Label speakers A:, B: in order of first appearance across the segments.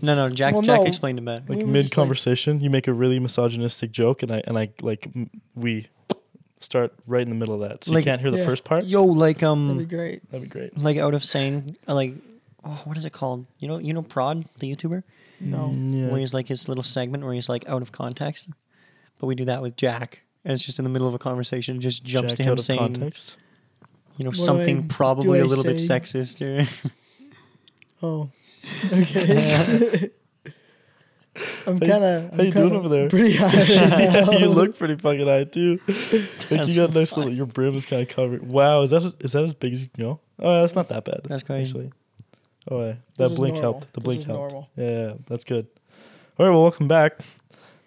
A: No, no, Jack.
B: Well,
A: Jack
B: no.
A: explained it better.
B: We
C: Like
B: were just,
C: mid conversation, you make a really misogynistic joke, and I and I like m- we start right in the middle of that, so
A: Like-
C: you can't hear the
B: Yeah.
C: first part.
A: Yo, like
B: That'd be
C: Mm.
A: um,
B: great.
C: That'd be great.
A: like out of saying, uh, like, oh, what is it called? You know, you know, Prod, the YouTuber,
B: No.
C: Mm,
A: where
C: yeah.
A: he's like his little segment where he's like out of context. But we do that with Jack, and it's just in the middle of a conversation, it just jumps
C: Jacked
A: to him
C: out of
A: saying,
C: context.
A: you know,
B: What do I-
A: something
B: do
A: probably
B: I
A: a little bit
B: say?
A: sexist. Or
B: Oh. Okay. I'm
C: How you-
B: kind of.
C: how you doing over there?
B: Pretty high.
C: you look pretty fucking high too. Like
A: That's
C: you got a nice little. Your brim is kind of covered. Wow, is that is that as big as you can go? Oh, that's not that bad.
A: That's crazy.
C: Actually. Oh, yeah.
B: This
C: that
B: is
C: blink
B: normal.
C: helped. The
B: This
C: blink
B: is
C: helped.
B: normal.
C: Yeah, yeah, that's good. All right, well, welcome back,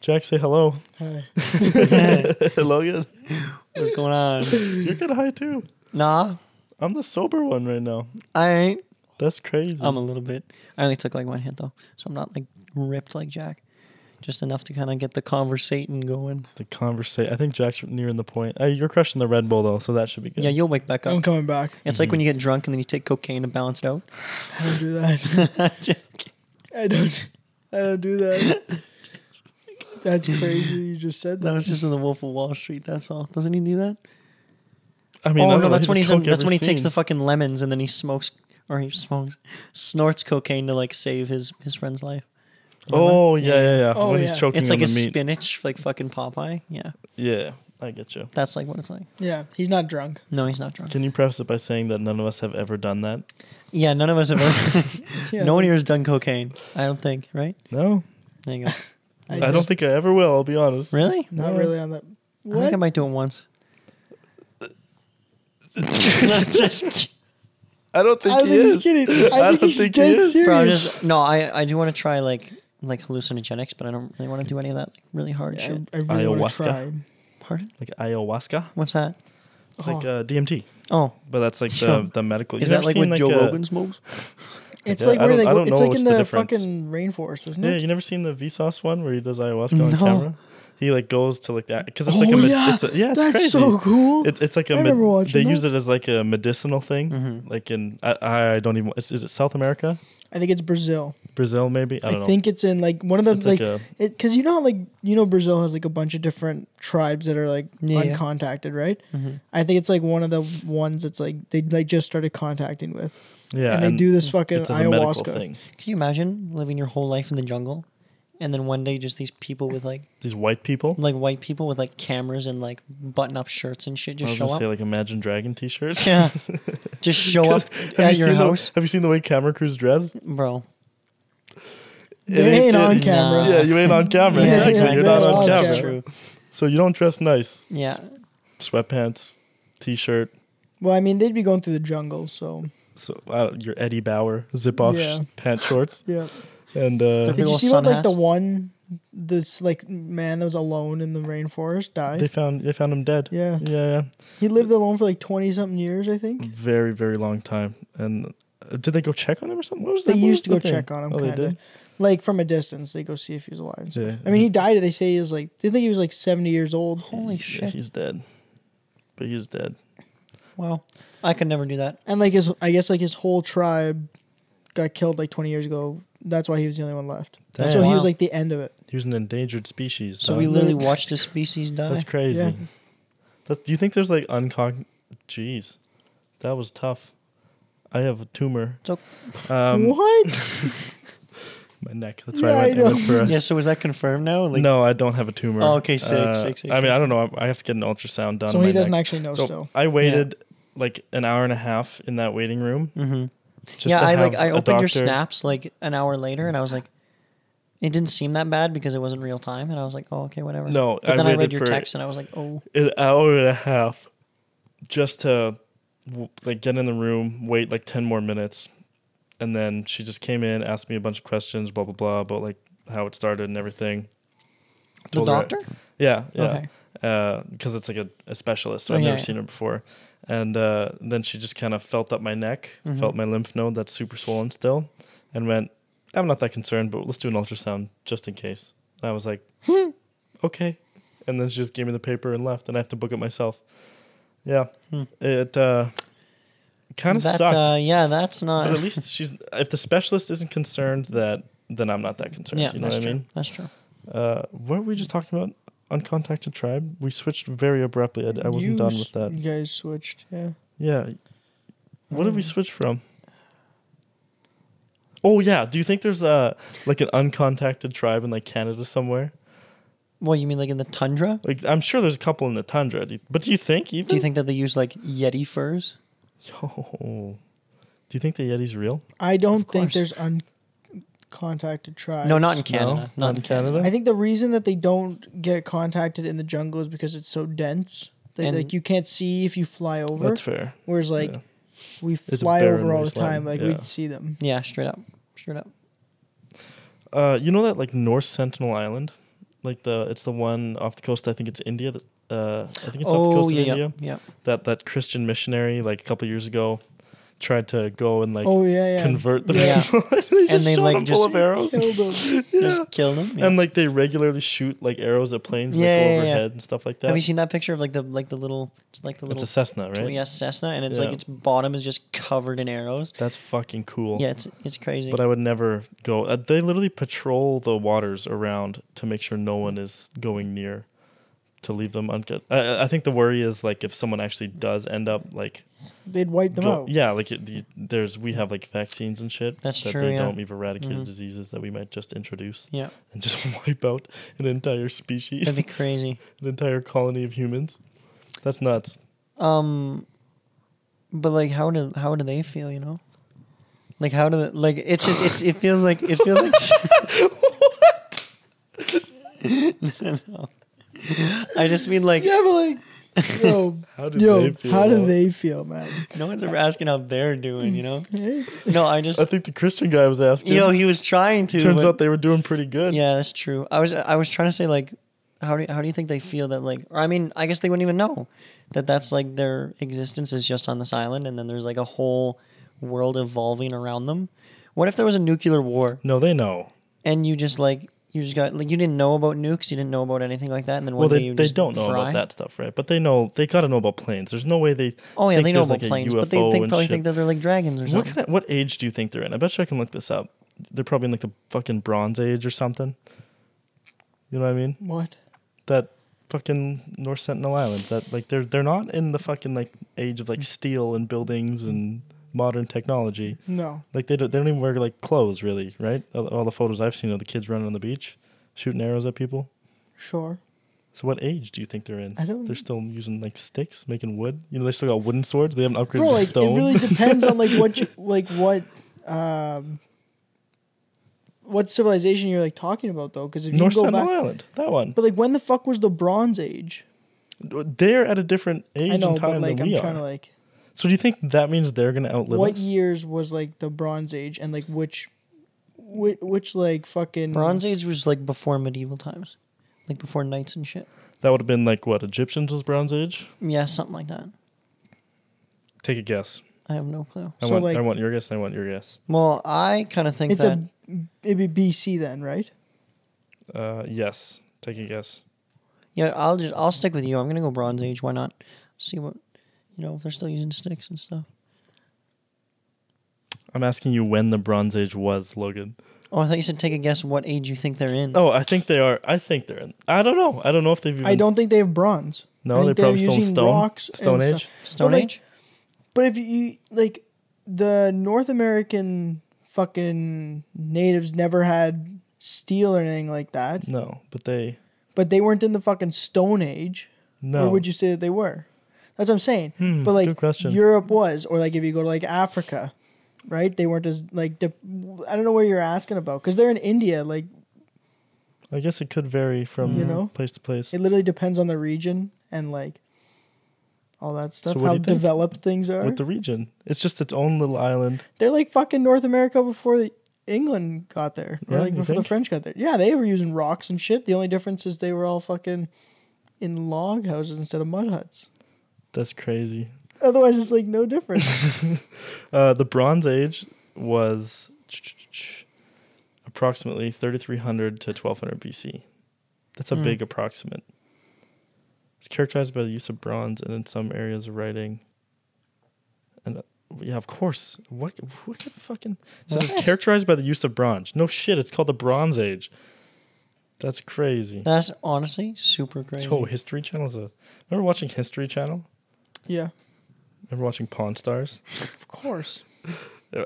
C: Jack. Say hello,
B: Hi.
C: Logan.
A: What's going on?
C: You're kind of high too.
A: Nah,
C: I'm the sober one right now.
A: I ain't.
C: That's crazy.
A: I'm a little bit. I only took like one hit though, so I'm not like ripped like Jack. Just enough to kind of get the conversating going.
C: the conversation. I think Jack's nearing the point. Uh, you're crushing the Red Bull though, so that should be good.
A: Yeah, you'll wake back up.
B: I'm coming back.
A: It's
C: Mm-hmm.
A: like when you get drunk and then you take cocaine to balance it out.
B: I don't do that. I don't. I don't do that. That's crazy. that You just said
A: that
B: that.
A: was just in the Wolf of Wall Street. That's all. Doesn't he do that?
C: I mean, I
A: oh
C: don't
A: no,
C: know,
A: that's when
C: this
A: he's in,
C: Coke
A: that's
C: ever
A: when he takes
C: seen.
A: the fucking lemons and then he smokes or he smokes snorts cocaine to like save his his friend's life.
C: Oh yeah, yeah, yeah.
B: Oh,
C: when he's
B: yeah.
C: choking
A: It's like
C: on
A: a
C: the meat.
A: spinach, like fucking Popeye. Yeah,
C: Yeah, I get you.
A: that's like what it's like.
B: Yeah, he's not drunk.
A: No, he's not drunk.
C: Can you preface it by saying that none of us have ever done that?
A: Yeah, none of us have. Ever,
B: Yeah,
A: no one
C: e-
A: here has done cocaine. I don't think. Right?
C: No,
A: There you go.
C: I,
B: just-
C: don't think I ever will. I'll be honest.
A: Really?
B: Not
C: No.
B: really on that.
A: I
B: What?
A: think I might do it once. Just kidding.
C: I don't think
B: I
C: he
B: think he's
C: is.
B: kidding. I
C: I
B: think
C: don't
B: he's
C: think he
B: dead
C: is.
B: serious.
A: Bro, I'm just no. I I do want to try like like hallucinogenics, but I don't really want to do any of that like, really hard
B: Yeah,
A: shit.
B: I, I really want to
C: Ayahuasca.
B: try.
A: Pardon?
C: Like ayahuasca.
A: What's that?
C: It's
B: Oh.
C: like uh, DMT,
A: Oh,
C: but that's like
A: Yeah.
C: the, the medical.
A: is
C: You
A: that
C: never
A: like
C: seen,
A: what Joe
C: uh,
A: Rogan smokes?
B: It's
C: Yeah,
B: like
C: I
B: where
C: don't-
B: they
C: I
B: go.
C: don't
B: It's
C: know
B: like
C: what's
B: in
C: the
B: the,
C: difference.
B: fucking rainforest, isn't
C: Yeah,
B: it?
C: you never seen the Vsauce one where he does ayahuasca
A: No.
C: on camera? He like goes to like that because it's like a
B: Oh,
C: med-
B: yeah.
C: it's a, yeah it's
B: That's
C: crazy.
B: so cool.
C: It's it's like a
B: I
C: med-
B: remember watching
C: they
B: that.
C: use it as like a medicinal thing.
A: Mm-hmm.
C: Like in I, I don't even is, is it South America,
B: I think it's Brazil.
C: Brazil maybe I
B: I,
C: don't know.
B: think it's in like one of the
C: It's like
B: like,
C: a-
B: it because you know how like you know Brazil has like a bunch of different tribes that are like
A: Yeah.
B: uncontacted, right? I think it's like one of the ones that's like they like just started contacting with,
C: yeah,
B: and they do this fucking
C: it's as a medical
B: ayahuasca.
C: thing.
A: Can you imagine living your whole life in the jungle, and then one day just these people with like
C: These white people.
A: like white people with like cameras and like button up shirts and shit
C: I
A: just
C: was
A: show
C: gonna
A: up?
C: say like Imagine Dragon T-shirts.
A: yeah, just show up
C: Have
A: at
C: you
A: your
C: seen
A: house,
C: The, have you seen the way camera crews dress?
A: bro.
B: They ain't on
C: it-
B: camera.
C: Yeah, you ain't on camera.
B: Yeah,
C: exactly.
B: exactly.
C: You're not
B: That's
C: on
B: all
C: camera.
B: camera.
A: True.
C: So you don't dress nice.
A: Yeah,
C: Sweatpants, t-shirt.
B: Well, I mean they'd be going through the jungle, so
C: So uh, your Eddie Bauer zip off
B: Yeah.
C: pant shorts
B: yeah.
C: and uh,
A: Big
B: Did you
A: ol'
B: see what
A: sun
B: like the
A: hats.
B: one this like man that was alone in the rainforest died?
C: They found they found him dead.
B: Yeah.
C: yeah,
B: he lived alone for like twenty something years, I think.
C: very very long time. And uh, did they go check on him or something? What was
B: They
C: that? what
B: used to go
C: was the thing?
B: check on him,
C: Oh,
B: kind
C: they
B: of
C: did.
B: like from a distance. They go see if he was alive. and stuff.
C: Yeah.
B: I mean, he died. They say he was like they think he was like seventy years old.
A: holy
C: Yeah,
A: shit!
C: he's dead. But he's dead.
A: Wow, I could never do that.
B: And like his, I guess like his whole tribe got killed like twenty years ago. That's why he was the only one left.
C: Damn.
B: So he was
A: Wow.
B: like the end of it.
C: He was an endangered species.
A: So
C: dog.
A: we literally
B: That's
A: watched this species die.
C: Uh, That's crazy.
B: Yeah.
C: That, do you think there's like uncon? Jeez, that was tough. I have a tumor.
A: So-
C: Um,
B: what?
C: my neck. That's why
B: Yeah,
C: I went,
B: I
C: I went
B: know.
C: for a,
A: yeah. So is that confirmed now? Like,
C: No, I don't have a tumor.
A: Oh, okay, sick,
C: Uh,
A: sick, sick,
C: I mean,
A: sick.
C: I don't know. I- I have to get an ultrasound done.
B: so
C: on
B: he
C: my
B: doesn't
C: neck.
B: actually know
C: So
B: still.
C: I waited like an hour and a half in that waiting room.
A: Mhm.
C: Mm-hmm. Just
A: yeah,
C: to
A: I like
C: have
A: I
C: a
A: opened your
C: doctor-
A: snaps like an hour later, and I was like, it didn't seem that bad because it wasn't real time, and I was like, oh okay, whatever.
C: No,
A: but
C: I
A: then I read
C: waited
A: your
C: for-
A: text, and I was like, oh,
C: an hour and a half just to w- like get in the room, wait like 10 more minutes. And then she just came in, asked me a bunch of questions, blah, blah, blah, about like how it started and everything.
A: the
C: Told her-
A: doctor.
C: Yeah,
A: Okay.
C: yeah. Because uh, it's like a, a specialist. So
A: Oh,
C: I've
A: yeah,
C: never
A: yeah.
C: seen her before. And uh, then she just kind of felt up my neck,
A: Mm-hmm.
C: felt my lymph node that's super swollen still, and went, I'm not that concerned, but let's do an ultrasound just in case. And I was like,
A: Hmm.
C: okay. And then she just gave me the paper and left, and I have to book it myself. Yeah. It uh, kind of
A: Hmm. That,
C: sucked.
A: Uh, yeah, that's
C: but
A: not.
C: at least she's, if the specialist isn't concerned that then I'm not that concerned.
A: yeah,
C: you know
A: that's
C: what I
A: true.
C: mean?
A: That's true.
C: Uh, what were we just talking about? Uncontacted tribe. We switched very abruptly. I, I wasn't
B: You
C: done
B: s-
C: with that.
B: You guys switched, yeah.
C: Yeah. What did we
B: Mm.
C: switch from? Oh yeah. Do you think there's uh like an uncontacted tribe in like Canada somewhere?
A: Well, you mean like in the tundra?
C: Like I'm sure there's a couple in the tundra. Do you- but do you think even?
A: Do you think that they use like yeti furs?
C: Yo. Do you think the Yeti's real?
B: I don't think
A: course.
B: there's uncontacted tribes.
A: No, not in Canada.
C: No,
A: not in Canada.
B: I think the reason that they don't get contacted in the jungle is because it's so dense. They,
A: And-
B: like you can't see if you fly over.
C: That's fair.
B: whereas like
C: yeah.
B: we
C: a
B: fly
C: barren
B: over all the
C: wasteland,
B: time, like
C: yeah.
B: we'd see them.
A: Yeah, straight up, straight up.
C: Uh, you know that like North Sentinel Island, like the it's the one off the coast. I think it's India. That uh, I think it's off the
A: oh
C: coast of
A: yeah,
C: India.
A: yeah, yeah.
C: That that Christian missionary like a couple years ago tried to go and like
B: oh yeah, yeah.
C: convert the
A: Yeah.
C: people. they
A: And they,
C: shot
A: like,
C: them full
A: just-
C: of arrows.
B: Killed them.
A: Just kill them. yeah.
C: And like they regularly shoot like arrows at planes
A: Yeah,
C: that go
A: yeah,
C: overhead
A: yeah.
C: and stuff like that.
A: Have you seen that picture of like the like the little? It's like the
C: it's
A: little.
C: a Cessna, right?
A: Yeah, Cessna, and it's like
C: Yeah.
A: its bottom is just covered in arrows.
C: That's fucking cool.
A: Yeah, it's it's crazy.
C: But I would never go. Uh, they literally patrol the waters around to make sure no one is going near to leave them uncut. I, I think the worry is like if someone actually does end up like,
B: They'd wipe them
C: go-
B: out.
C: yeah, like it, the, there's we have like vaccines and shit
A: That's
C: that
A: true,
C: they
A: yeah.
C: don't. We've eradicated
A: Mhm.
C: diseases that we might just introduce
A: yeah,
C: and just wipe out an entire species,
A: that'd be crazy.
C: an entire colony of humans. That's nuts.
A: Um, but like, how do how do they feel? You know, like how do they, like it's just it's it feels like it feels like. I just mean like
B: Yeah, but like, yo,
C: How do
B: yo,
C: they feel
B: how do
C: about-
B: they feel, man?
A: no one's ever asking how they're doing. You know,
B: Eh?
A: no, I just
C: I think the Christian guy was asking.
A: you know he was trying to.
C: Turns
A: but-
C: out they were doing pretty good.
A: Yeah, that's true. I was I was trying to say like, how do you, how do you think they feel that like? Or I mean, I guess they wouldn't even know that that's like their existence is just on this island, and then there's like a whole world evolving around them. What if there was a nuclear war
C: No, they know.
A: and you just like you just got like you didn't know about nukes, you didn't know about anything like that, and then one
C: Well,
A: day
C: they,
A: you
C: they
A: just
C: don't know
A: fry?
C: about that stuff, right? But they know they gotta know about planes. There's no way they.
A: Oh yeah,
C: think
A: they know
C: there's,
A: about
C: like, a
A: planes, but they
C: UFO
A: think,
C: and
A: probably
C: shit.
A: think that they're like dragons or
C: What
A: something.
C: kind of, what age do you think they're in? I bet you I can look this up. They're probably in like the fucking Bronze Age or something. You know what I mean?
B: What?
C: That fucking North Sentinel Island. That like they're they're not in the fucking like age of like steel and buildings and modern technology.
B: No.
C: Like they don't they don't even wear like clothes really, right? All, all the photos I've seen of the kids running on the beach, shooting arrows at people.
B: Sure.
C: So what age do you think they're in?
B: I don't-
C: They're still using like sticks, making wood. You know, they still got wooden swords. They haven't upgraded
B: Bro,
C: to
B: like
C: stone.
B: it really depends on like what you like what um what civilization you're like talking about though, because if you
C: North
B: go
C: Sentinel
B: back,
C: Island, that one.
B: but like when the fuck was the Bronze Age?
C: They're at a different age
B: I know,
C: and
B: but
C: time
B: like
C: than
B: I'm
C: we are.
B: trying to like
C: so do you think that means they're gonna outlive
B: what
C: us?
B: years was like the Bronze Age and like which which, which like fucking
A: Bronze Age was like before medieval times, like before knights and shit.
C: That would have been like what Egyptians was Bronze Age.
A: Yeah, something like that.
C: Take a guess.
A: I have no clue.
C: I
B: So,
C: want.
B: like-
C: I want your guess. I want your guess.
A: Well, I kind of think
B: It's
A: that
B: a it'd be BC then, right?
C: Uh, yes. Take a guess.
A: Yeah, I'll just I'll stick with you. I'm gonna go Bronze Age. Why not? See what you know if they're still using sticks and stuff.
C: I'm asking you when the Bronze Age was, Logan.
A: Oh, I thought you said take a guess what age you think they're in.
C: Oh, I think they are. I think they're in. I don't know. I don't know if they've. Even,
B: I don't think they have bronze. I
C: No, they're
B: think
C: probably still in
B: using
C: stone.
B: rocks and
C: stone
B: stuff.
C: Age.
A: Stone
B: Well, like-
A: Age.
B: But if you like the North American fucking natives never had steel or anything like that,
C: No, but they.
B: but they weren't in the fucking Stone Age.
C: No.
B: Or would you say that they were? That's what I'm saying.
C: Hmm,
B: but like
C: good question.
B: Europe was, or like if you go to like Africa, right? They weren't as like dip- I don't know where you're asking about because they're in India. Like
C: I guess it could vary from
B: You know?
C: place to place.
B: it literally depends on the region and like all that stuff.
C: what do
B: how
C: you think?
B: developed things are.
C: With the region, it's just its own little island.
B: They're like fucking North America before the England got there, or
C: Yeah,
B: like
C: you
B: before
C: think?
B: the French got there. Yeah, they were using rocks and shit. The only difference is they were all fucking in log houses instead of mud huts.
C: That's crazy.
B: Otherwise, it's like no difference.
C: Uh, the Bronze Age was approximately 3300 to 1200 BC. That's a
A: Hmm.
C: big approximate. It's characterized by the use of bronze and in some areas of writing and Yeah, of course. What? What kind of fucking? It says it's characterized by the use of bronze. No shit. It's called the Bronze Age. That's crazy.
A: That's honestly super crazy.
C: Oh, History Channel's a. Remember watching History Channel?
B: Yeah,
C: Remember watching Pawn Stars? E,
B: of course.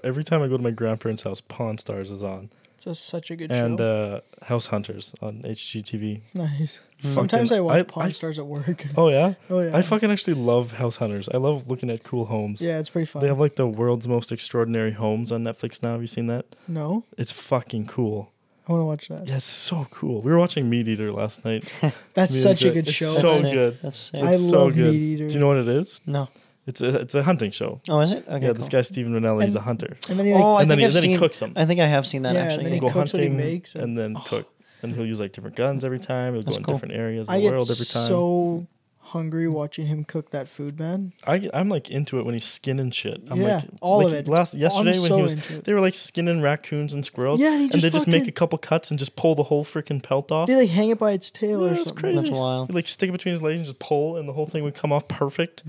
C: Every time I go to my grandparents' house, Pawn Stars is on,
B: It's a, such a good
C: and
B: show. Hmm.
C: uh, House Hunters on HGTV.
B: nice. Sometimes I watch
C: I-
B: Pawn
C: I-
B: Stars at work.
C: Oh yeah.
B: Oh, yeah.
C: I fucking actually love House Hunters. I love looking at cool homes.
B: yeah, it's pretty fun.
C: They have like the world's most extraordinary homes on Netflix now. Have you seen that?
B: no,
C: It's fucking cool.
B: I want to watch that.
C: Yeah, it's so cool. We were watching Meat Eater last night.
B: That's
C: Me
B: such a
C: enjoy-
B: good
C: it's
B: show.
A: That's
C: so
A: sick.
C: good.
A: That's sick.
B: I
C: It's so
B: love
C: good.
B: Meat Eater.
C: Do you know what it is?
A: no.
C: It's a it's a hunting show.
A: Oh, is it? Okay.
C: yeah,
A: cool.
C: this guy Stephen Ranelli is a hunter.
B: And then he like,
A: oh, I
C: and then
A: think
C: he-
A: I've
C: then he
A: seen,
C: cooks 'em.
A: I think I have seen that
B: Yeah, and
A: actually.
B: then
A: yeah.
B: he
C: He'll go
B: cooks what he
C: hunting
B: makes, and Oh.
C: and then cook. And he'll use like different guns every time. He'll
A: That's
C: go in
A: cool.
C: different areas of
B: I
C: the
B: get
C: world every time.
B: so hungry watching him cook that food, man.
C: I, I'm like into it when he's skinning shit. I'm
B: Yeah,
C: like,
B: all of
C: like,
B: it.
C: Last
B: I'm
C: yesterday when
B: so
C: he was,
B: into it.
C: they were like skinning raccoons and squirrels.
B: Yeah, and he
C: and
B: just
C: they just make
B: fucking-
C: a couple cuts and just pull the whole freaking pelt off.
B: They like hang it by its tail
C: Oh. Yeah,
B: or
C: that's
B: something.
C: crazy.
A: That's wild.
C: He'd, like stick it between his legs and just pull, and the whole thing would come off perfect.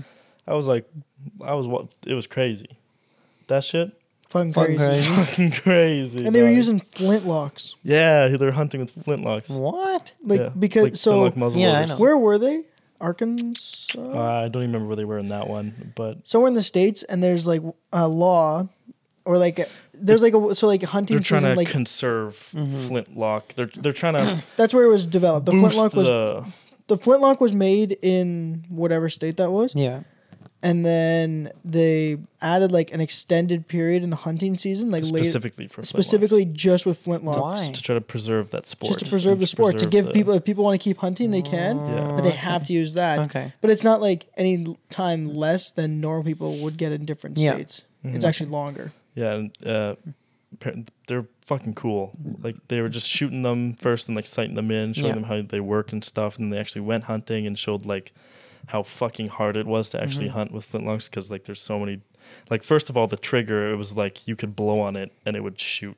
C: I was like, I was what? It was crazy. That shit,
B: Fucking
A: Fucking
B: crazy.
A: crazy.
C: fucking crazy.
B: And they were
C: dog.
B: using flintlocks.
C: Yeah, they're hunting with flintlocks.
A: What?
B: Like
C: Yeah,
B: because
C: like
B: so
C: flintlock muzzle
A: Yeah, I
C: loaders.
A: know.
B: where were they? Arkansas.
C: Uh, I don't even remember where they were in that one, but
B: somewhere in the states, and there's like a law, or like a, there's like a so like hunting
C: they're trying
B: season.
C: to
B: Like
C: conserve
A: Mm-hmm.
C: flintlock. They're they're trying to
B: that's where it was developed. The
C: boost
B: flintlock was
C: the.
B: the flintlock was made in whatever state that was,
A: Yeah.
B: and then they added like an extended period in the hunting season, like late,
C: specifically for
B: specifically just with flintlocks.
A: Why?
C: flintlocks, to try to preserve that sport,
B: Just to preserve the sport, to give people if people want to keep hunting, they can,
C: Yeah.
B: but they have to use that.
A: Uh, Okay.
B: but it's not like any l- time less than normal people would get in different
A: Yeah.
B: states.
C: Mm.
B: It's actually longer.
C: Mm-hmm. yeah, and, uh, par- they're fucking cool. Like they were just shooting them first and like sighting them in, showing
A: Yeah.
C: them how they work and stuff, and they actually went hunting and showed like how fucking hard it was to
B: Mm-hmm.
C: actually hunt with flintlocks because like there's so many. Like first of all, the trigger it was like you could blow on it and it would shoot.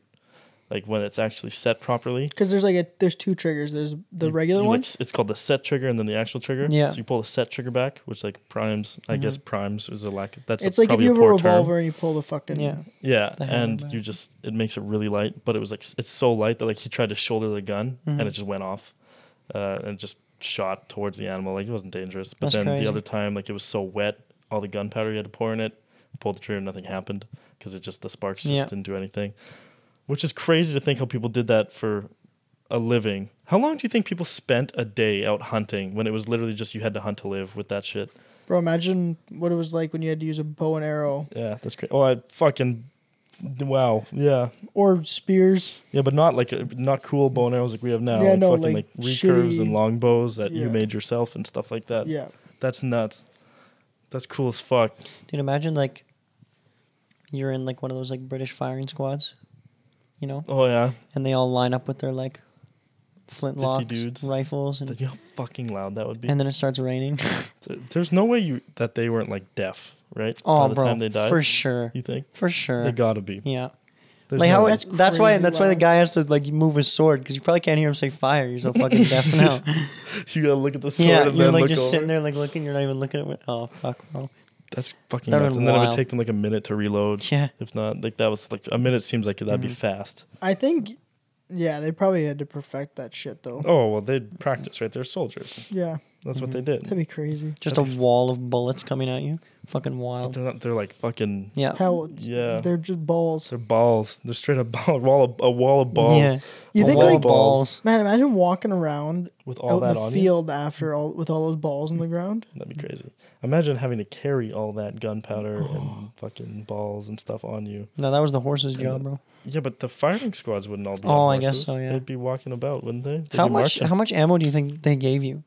C: Like when it's actually set properly,
B: Because there's like a there's two triggers. There's the regular
C: you,
B: one.
C: Like, s- it's called the set trigger and then the actual trigger.
A: Yeah.
C: So you pull the set trigger back, which like primes. I guess primes is a lack. That's
B: Mm-hmm. it's like if
C: probably
B: you have a
C: poor term.
B: revolver and you pull the fucking
A: Yeah.
C: Yeah,
A: The hammer
C: and you just it makes it really light, but it was like s- it's so light that like he tried to shoulder the gun and it just went off, uh, and just shot towards the animal. Like it wasn't dangerous, but
A: That's
C: then
A: crazy.
C: the other time like it was so wet, all the gunpowder he had to pour in it, pulled the trigger, nothing happened because it just the sparks just
A: Yeah.
C: didn't do anything, which is crazy to think how people did that for a living. How long do you think people spent a day out hunting when it was literally just you had to hunt to live with that shit?
B: Bro, imagine what it was like when you had to use a bow and arrow
C: Yeah, that's great. Oh, I fucking wow. Yeah.
B: or spears.
C: Yeah, but not like a, not cool bow and arrows like we have now.
B: Yeah,
C: like
B: no,
C: fucking
B: like
C: like, recurves
B: shitty-
C: and longbows that
B: Yeah.
C: you made yourself and stuff like that.
B: Yeah.
C: that's nuts. That's cool as fuck.
A: Dude, imagine like you're in like one of those like British firing squads, you know,
C: Oh yeah,
A: and they all line up with their like flintlocks,
C: dudes.
A: rifles,
C: Like,
A: and
C: you know how fucking loud that would be.
A: and then it starts raining.
C: Th- There's no way you that they weren't like deaf, right?
A: oh,
C: By the
A: bro,
C: time they died,
A: for sure,
C: you think
A: for sure.
C: they gotta be.
A: yeah,
C: There's
A: like
C: no
A: how
C: way.
A: that's, why
B: crazy
A: that's why the
B: loud.
A: guy has to like move his sword because you probably can't hear him say fire. You're so fucking deaf now.
C: you gotta look at the sword
A: yeah,
C: and
A: you're
C: then
A: like
C: look
A: just
C: over.
A: sitting there like looking. You're not even looking at what. Oh fuck, bro.
C: That's fucking
A: That
C: nuts.
A: would've
C: And then it
A: wild.
C: would take them like a minute to reload.
A: Yeah.
C: If not, like that was like a minute seems like that'd be fast.
B: I think, yeah, they probably had to perfect that shit though.
C: Oh well, they'd practice, right? They're soldiers.
B: Yeah,
C: That's what they
A: Mm-hmm.
C: did.
B: that'd be crazy.
A: Just
C: That'd
A: a
C: be-
A: wall of bullets coming at you. Fucking
C: But
A: wild.
C: they're not. They're like fucking.
A: Yeah.
B: Hell,
C: Yeah.
B: they're just balls.
C: They're balls. They're straight up ball, wall of, a wall of balls.
A: Yeah.
B: You
A: a
B: think
A: wall
B: like
A: of balls.
B: man? Imagine walking around
C: With all
B: out
C: that
B: in the
C: on
B: field after all with all those balls on the ground.
C: you, that'd be crazy. Imagine having to carry all that gunpowder
A: Oh.
C: and fucking balls and stuff on you.
A: No, that was the horse's job,
C: the-
A: bro.
C: Yeah, but the firing squads wouldn't all be.
A: Oh,
C: on
A: I guess
C: horses.
A: so, yeah.
C: they'd be walking about, wouldn't they? They'd
A: How
C: be
A: much?
C: marching.
A: How much ammo do you think they gave you?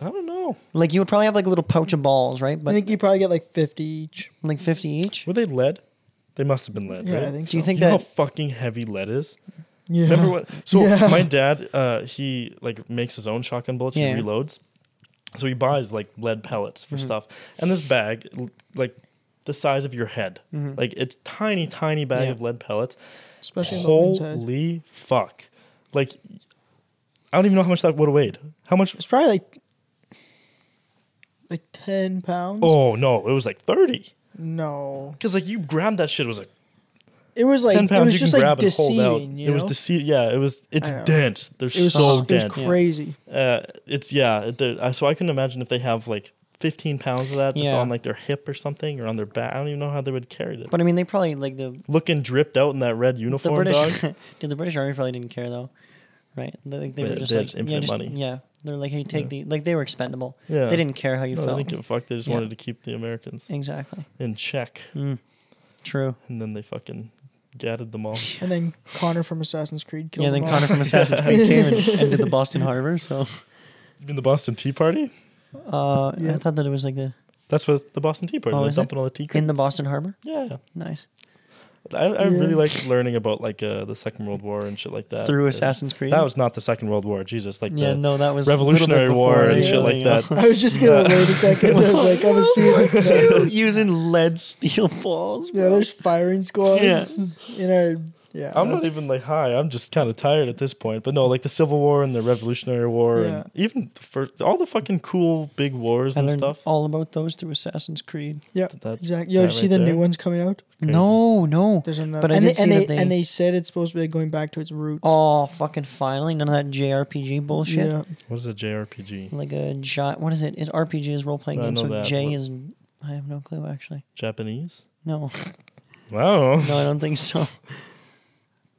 C: I don't know.
A: Like you would probably have like a little pouch of balls, right?
B: I
A: But
B: think you probably get like fifty each.
A: like fifty each.
C: Were they lead? They must have been lead.
B: Yeah,
C: right?
B: I think.
A: Do you
B: so.
A: think
C: you know how
A: that?
C: fucking heavy lead is?
B: Yeah.
C: Remember what? So
B: Yeah.
C: my dad, uh, he like makes his own shotgun bullets.
A: Yeah.
C: He reloads. So he buys like lead pellets
B: Mm-hmm.
C: for stuff, and this bag, l- like the size of your head, like it's tiny, tiny bag
A: Yeah.
C: of lead pellets.
B: Mm-hmm. Especially on the woman's head.
C: Holy fuck! Like, I don't even know how much that would have weighed. How much?
B: It's probably like like ten pounds.
C: Oh no, it oh, was like thirty.
B: No,
C: Because like you grabbed that shit, it was like
B: it was like
C: ten
B: it
C: pounds.
B: was
C: You can
B: just like
C: grab and hold out.
B: deceiving. You
C: It
B: know?
C: was deceit. Yeah, it was. It's
B: I know.
C: dense. They're
B: It was
C: so
B: it was
C: dense.
B: crazy.
C: uh, it's yeah. it- they're- I- so I can imagine if they have like 15 pounds of that just
A: Yeah.
C: on like their hip or something or on their back. I don't even know how they would carry it.
A: But I mean, they probably like the
C: Looking dripped out in that red
A: the
C: uniform,
A: British.
C: dog.
A: dude, the British army probably didn't care though, right? They, like, they
C: They-
A: were just
C: they had
A: like yeah,
C: infinite
A: just,
C: money.
A: yeah. They're like, hey, take the like they were expendable.
C: Yeah.
A: They didn't care how you
C: No, they
A: felt.
C: didn't give a fuck. They just
A: Yeah.
C: wanted to keep the Americans
A: Exactly.
C: in check,
A: Mm. True.
C: and then they fucking gatted them all.
B: And then Connor from Assassin's Creed killed.
A: yeah. Then
B: them all.
A: Connor from Assassin's Creed came and, and did the Boston Harbor. So
C: You mean the Boston Tea Party?
A: uh, I
B: Yeah.
A: thought that it was like the
C: That's what the Boston Tea Party.
A: Oh,
C: they're
A: is it?
C: dumping all the tea.
A: in the
C: crates.
A: Boston Harbor.
C: Yeah,
A: Nice.
C: I, I
B: Yeah.
C: really like learning about like uh, the Second World War and shit like that.
A: Through
C: Uh,
A: Assassin's Creed.
C: That was not the Second World War. Jesus, like
A: yeah.
C: the
A: No, that was a little bit
C: Revolutionary War
A: before,
C: and
A: yeah,
C: shit like
A: you know.
C: that.
B: I was just gonna wait a second. I was like, I was seeing.
A: using lead steel balls.
B: Yeah, there's firing squads.
A: Yeah.
B: In our yeah.
C: I'm not even like high. I'm just kind of tired at this point. But no, like the Civil War and the Revolutionary War and even the first, all the fucking cool big wars
A: I
C: and
A: learned
C: stuff.
A: all about those through Assassin's Creed.
B: Yeah.
C: that-
B: Exactly. Yo, did
C: that
B: you see the
C: right there.
B: new ones coming out?
C: Crazy.
A: No, no.
B: There's another.
A: But I
B: and
A: did
B: they,
A: see
B: and
A: that
B: they,
A: they-
B: and they said it's supposed to be going back to its roots.
A: Oh, fucking finally. None of that JRPG bullshit.
B: Yeah.
C: What is a JRPG?
A: Like a J. What is it? It's RPG is role playing
C: I
A: game.
C: know
A: So
C: that.
A: J
C: What-
A: is. I have no clue actually.
C: Japanese?
A: No,
C: Wow.
A: no, I don't think so.